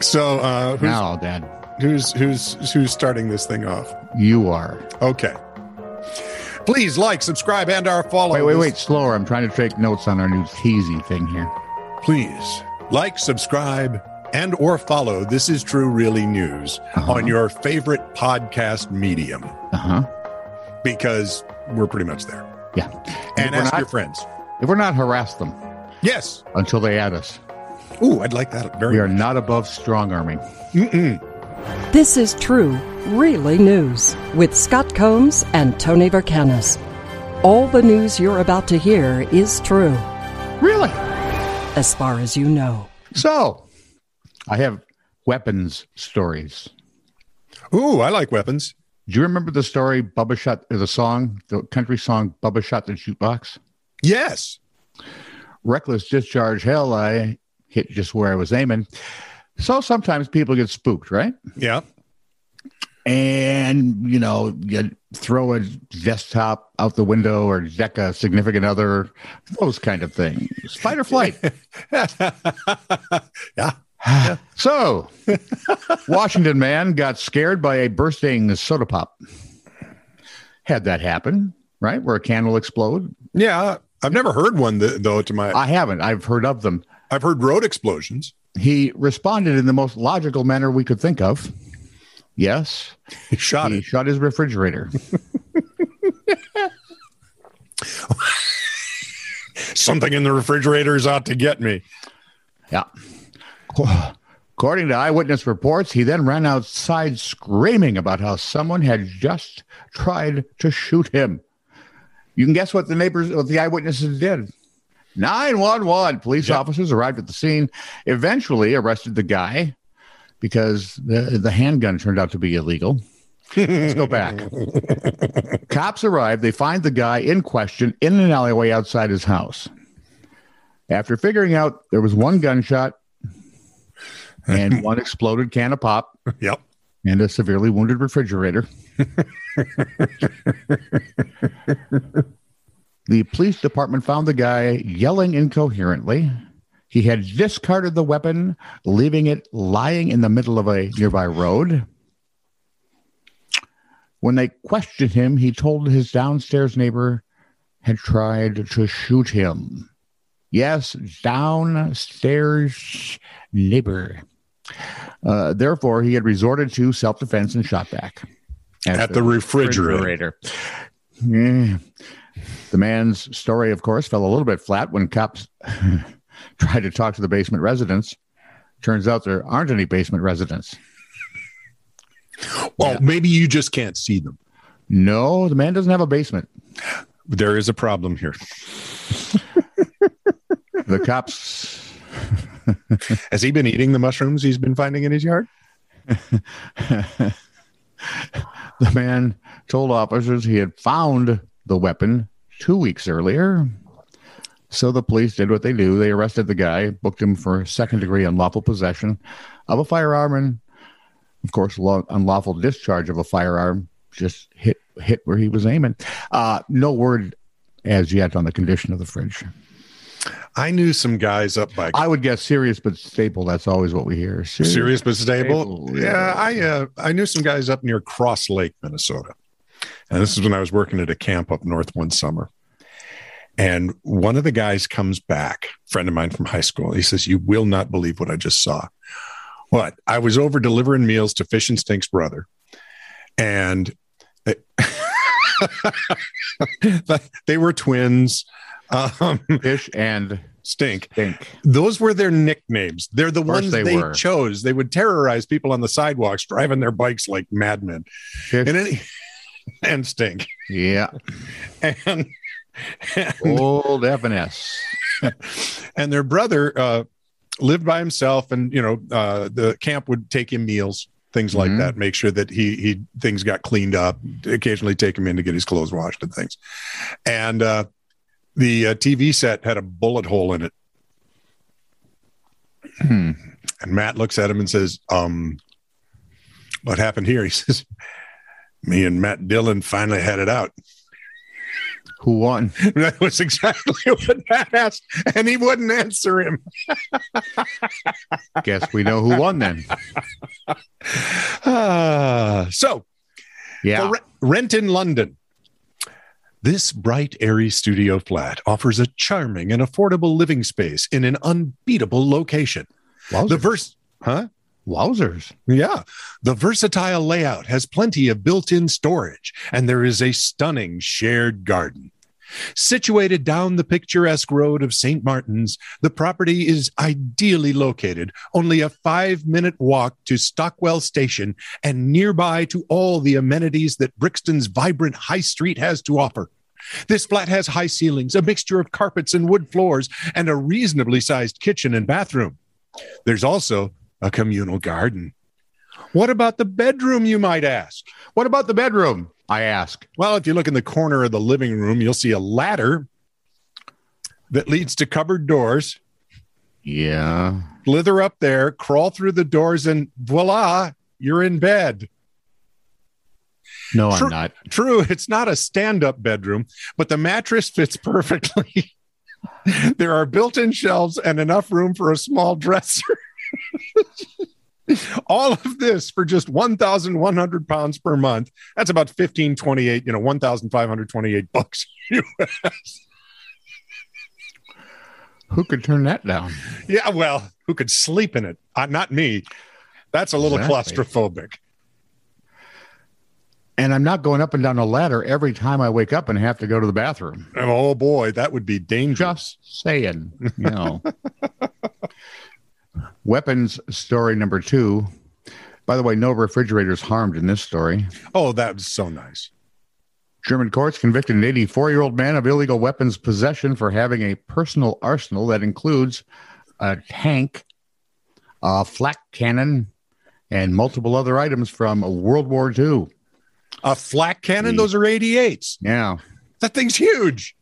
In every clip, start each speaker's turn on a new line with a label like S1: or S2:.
S1: So uh, who's,
S2: now, Dad,
S1: who's who's who's starting this thing off?
S2: you are.
S1: Okay. Please like, subscribe, and our follow.
S2: Wait, wait,
S1: This-
S2: wait. Slower. I'm trying to take notes on our new teasy thing here.
S1: please like subscribe and or follow this is true really news
S2: Uh-huh.
S1: on your favorite podcast medium
S2: Uh huh.
S1: because we're pretty much there
S2: Yeah.
S1: and
S2: if, we're
S1: ask
S2: not,
S1: your friends
S2: if we're not harass them
S1: yes
S2: until they add us,
S1: ooh i'd like that very
S2: we are not above strong arming.
S1: Mm-mm.
S3: This is true, really news with Scott Combs and Tony Vercanis. All the news you're about to hear is true,
S2: Really?
S3: as far as you know.
S2: So, I have weapons stories.
S1: ooh i like weapons
S2: Do you remember the story Bubba shot or the song, the country song Bubba shot the jukebox?
S1: yes
S2: Reckless discharge, hell, I hit just where I was aiming. So sometimes people get spooked, right?
S1: yeah
S2: And you know, you throw a desktop out the window or deck a significant other, those kind of things. Fight or flight.
S1: yeah
S2: so, Washington man got scared by a bursting soda pop. Had that happen, right? Where a can will explode.
S1: yeah i've never heard one th- though to my
S2: I haven't. I've heard of them.
S1: i've heard road explosions
S2: He responded in the most logical manner we could think of. Yes,
S1: shot
S2: he
S1: it
S2: shut his refrigerator.
S1: something in the refrigerator is out to get me
S2: yeah. According to eyewitness reports, he then ran outside screaming about how someone had just tried to shoot him. You can guess what the neighbors, what the eyewitnesses did. 911 police
S1: Yep.
S2: officers arrived at the scene, eventually arrested the guy because the, the handgun turned out to be illegal. Let's go back. Cops arrive. They find the guy in question in an alleyway outside his house. After figuring out there was one gunshot and one exploded can of pop
S1: yep
S2: and a severely wounded refrigerator, the police department found the guy yelling incoherently. He had discarded the weapon, leaving it lying in the middle of a nearby road. When they questioned him, he told his downstairs neighbor had tried to shoot him. Yes, downstairs neighbor. Uh, therefore, he had resorted to self defense and shot back
S1: at the refrigerator
S2: refrigerator. Yeah. The man's story, of course, fell a little bit flat when cops tried to talk to the basement residents. Turns out there aren't any basement residents.
S1: well maybe you just can't see them
S2: No, the man doesn't have a basement.
S1: there is a problem here
S2: The cops,
S1: Has he been eating the mushrooms he's been finding in his yard?
S2: the man told officers he had found the weapon two weeks earlier. So the police did what they do. They arrested the guy, booked him for second degree unlawful possession of a firearm, and of course, law, unlawful discharge of a firearm. Just hit hit where he was aiming. Uh, no word as yet on the condition of the fridge.
S1: I knew some guys up by
S2: I would guess serious but stable. That's always what we hear. Serious.
S1: serious but stable.
S2: Stable,
S1: Yeah,
S2: yeah.
S1: I uh, I knew some guys up near Cross Lake, Minnesota, and this is when I was working at a camp up north one summer. And one of the guys comes back, friend of mine from high school. He says, "You will not believe what I just saw." What I was over delivering meals to Fish and Stink's brother, and they, they were twins. Um,
S2: fish and
S1: stink.
S2: stink.
S1: Those were their nicknames. They're the
S2: course
S1: ones
S2: they
S1: they,
S2: were.
S1: chose. They would terrorize people on the sidewalks driving their bikes like madmen.
S2: Fish.
S1: And any and stink.
S2: yeah,
S1: And and,
S2: old FNS.
S1: and their brother uh lived by himself and you know uh the camp would take him meals things like
S2: Mhm.
S1: that make sure that he he things got cleaned up occasionally take him in to get his clothes washed and things and uh the uh, tv set had a bullet hole in it
S2: Hmm.
S1: And Matt looks at him and says, um, what happened here? He says, me and Matt Dillon finally had it out.
S2: Who won?
S1: That was exactly what Matt asked, and he wouldn't answer him.
S2: Guess we know who won then.
S1: Ah, so,
S2: Yeah.
S1: for re- rent in London. This bright, airy studio flat offers a charming and affordable living space in an unbeatable location.
S2: Wowzers.
S1: The verse, huh?
S2: Wowzers.
S1: Yeah. The versatile layout has plenty of built in storage, and there is a stunning shared garden. Situated down the picturesque road of St. Martin's, the property is ideally located, only a five minute walk to Stockwell Station and nearby to all the amenities that Brixton's vibrant high street has to offer. This flat has high ceilings, a mixture of carpets and wood floors, and a reasonably sized kitchen and bathroom. There's also a communal garden. What about the bedroom, you might ask?
S2: What about the bedroom? I ask.
S1: Well, if you look in the corner of the living room, you'll see a ladder that leads to cupboard doors.
S2: Yeah.
S1: Slither up there, crawl through the doors, and voila, you're in bed.
S2: No,
S1: Sure.
S2: I'm not.
S1: True, it's not a stand up bedroom, but the mattress fits perfectly. there are built in shelves and enough room for a small dresser. All of this for just 1,100 pounds per month. That's about 1528, you know, 1,528 bucks.
S2: Who could turn that down?
S1: Yeah, well, who could sleep in it? Uh, not me. That's a little
S2: Exactly.
S1: claustrophobic.
S2: And I'm not going up and down a ladder every time I wake up and have to go to the bathroom.
S1: And, Oh boy, that would be dangerous.
S2: Just saying, you know. Weapons story number two. By the way, no refrigerators harmed in this story.
S1: Oh, that was so nice.
S2: German courts convicted an 84 year old man of illegal weapons possession for having a personal arsenal that includes a tank, a flak cannon, and multiple other items from World War II.
S1: A flak cannon,
S2: Gee.
S1: those are 88s.
S2: Yeah.
S1: That thing's huge.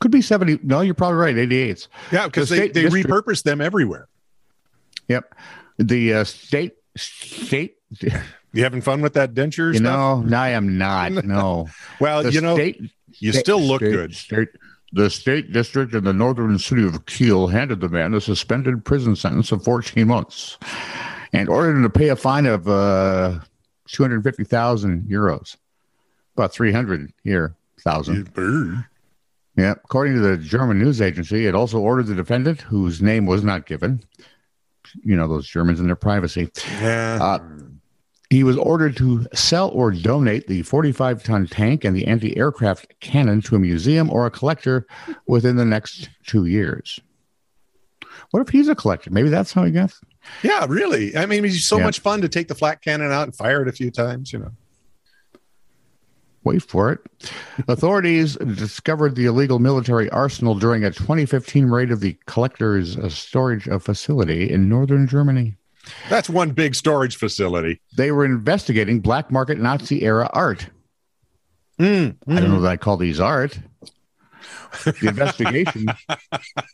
S2: Could be 70. No, you're probably right. 88s.
S1: Yeah, because
S2: The
S1: they,
S2: state
S1: they
S2: district-
S1: repurpose them everywhere.
S2: Yep. The uh, state, state,
S1: You having fun with that denture
S2: you
S1: stuff?
S2: know, no, I am not. No.
S1: well,
S2: The
S1: you know,
S2: state
S1: you
S2: State-
S1: still look
S2: state-
S1: good.
S2: State, the state district in the northern city of Kiel handed the man a suspended prison sentence of 14 months and ordered him to pay a fine of uh, 250,000 euros, about 300 here. Thousand.
S1: You burn.
S2: Yeah. According to the German news agency, it also ordered the defendant, whose name was not given, you know, those Germans and their privacy,
S1: Yeah.
S2: uh, he was ordered to sell or donate the 45 ton tank and the anti aircraft cannon to a museum or a collector within the next two years. What if he's a collector? Maybe that's how he gets.
S1: yeah, really. I mean, it's so
S2: Yeah.
S1: much fun to take the flak cannon out and fire it a few times, you know.
S2: Wait for it. Authorities discovered the illegal military arsenal during a 2015 raid of the collector's uh, storage uh, facility in northern Germany.
S1: That's one big storage facility.
S2: They were investigating black market Nazi era art.
S1: Mm,
S2: I
S1: mm.
S2: don't know that I call these art. The investigation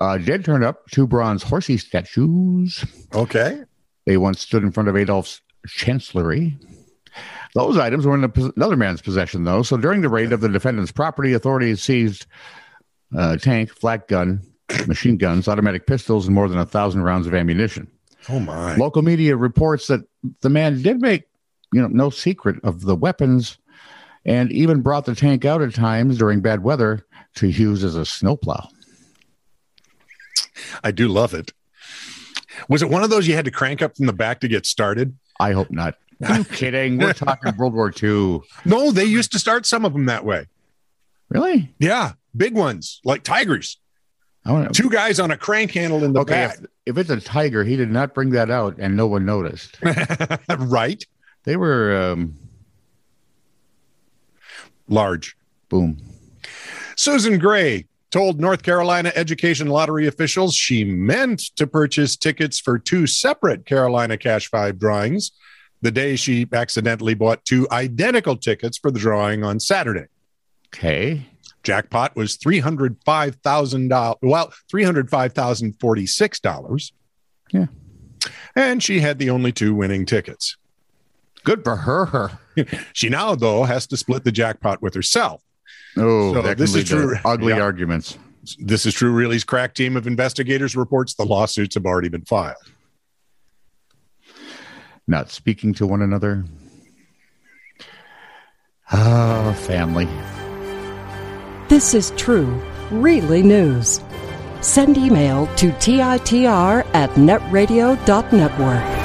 S2: uh, did turn up two bronze horsey statues.
S1: Okay.
S2: They once stood in front of Adolf's chancellery. Those items were in a pos- another man's possession, though. So during the raid of the defendant's property, authorities seized uh, tank, flat gun, machine guns, automatic pistols, and more than a thousand rounds of ammunition.
S1: Oh, my.
S2: Local media reports that the man did make, you know, no secret of the weapons, and even brought the tank out at times during bad weather to use as a snowplow.
S1: I do love it. Was it one of those you had to crank up from the back to get started?
S2: I hope not. I'm kidding. We're talking World War II.
S1: No, they used to start some of them that way.
S2: Really?
S1: Yeah, big ones like tigers.
S2: I want
S1: Two guys on a crank handle in the
S2: Okay, if, if it's a tiger, he did not bring that out, and no one noticed.
S1: back. right?
S2: They were um,
S1: Large.
S2: boom.
S1: Susan Gray told North Carolina education lottery officials she meant to purchase tickets for two separate Carolina Cash 5 drawings the day she accidentally bought two identical tickets for the drawing on Saturday.
S2: Okay,
S1: Jackpot was $305,000, well, $305,046.
S2: Yeah.
S1: And she had the only two winning tickets.
S2: good for her.
S1: She now, though, has to split the jackpot with herself
S2: Oh,
S1: So
S2: that can
S1: this
S2: lead
S1: is
S2: to
S1: true.
S2: ugly
S1: Yeah.
S2: arguments.
S1: This is True Really's crack team of investigators reports the lawsuits have already been filed.
S2: Not speaking to one another. Ah, family.
S3: This is true, really news. Send email to TITR at netradio.network.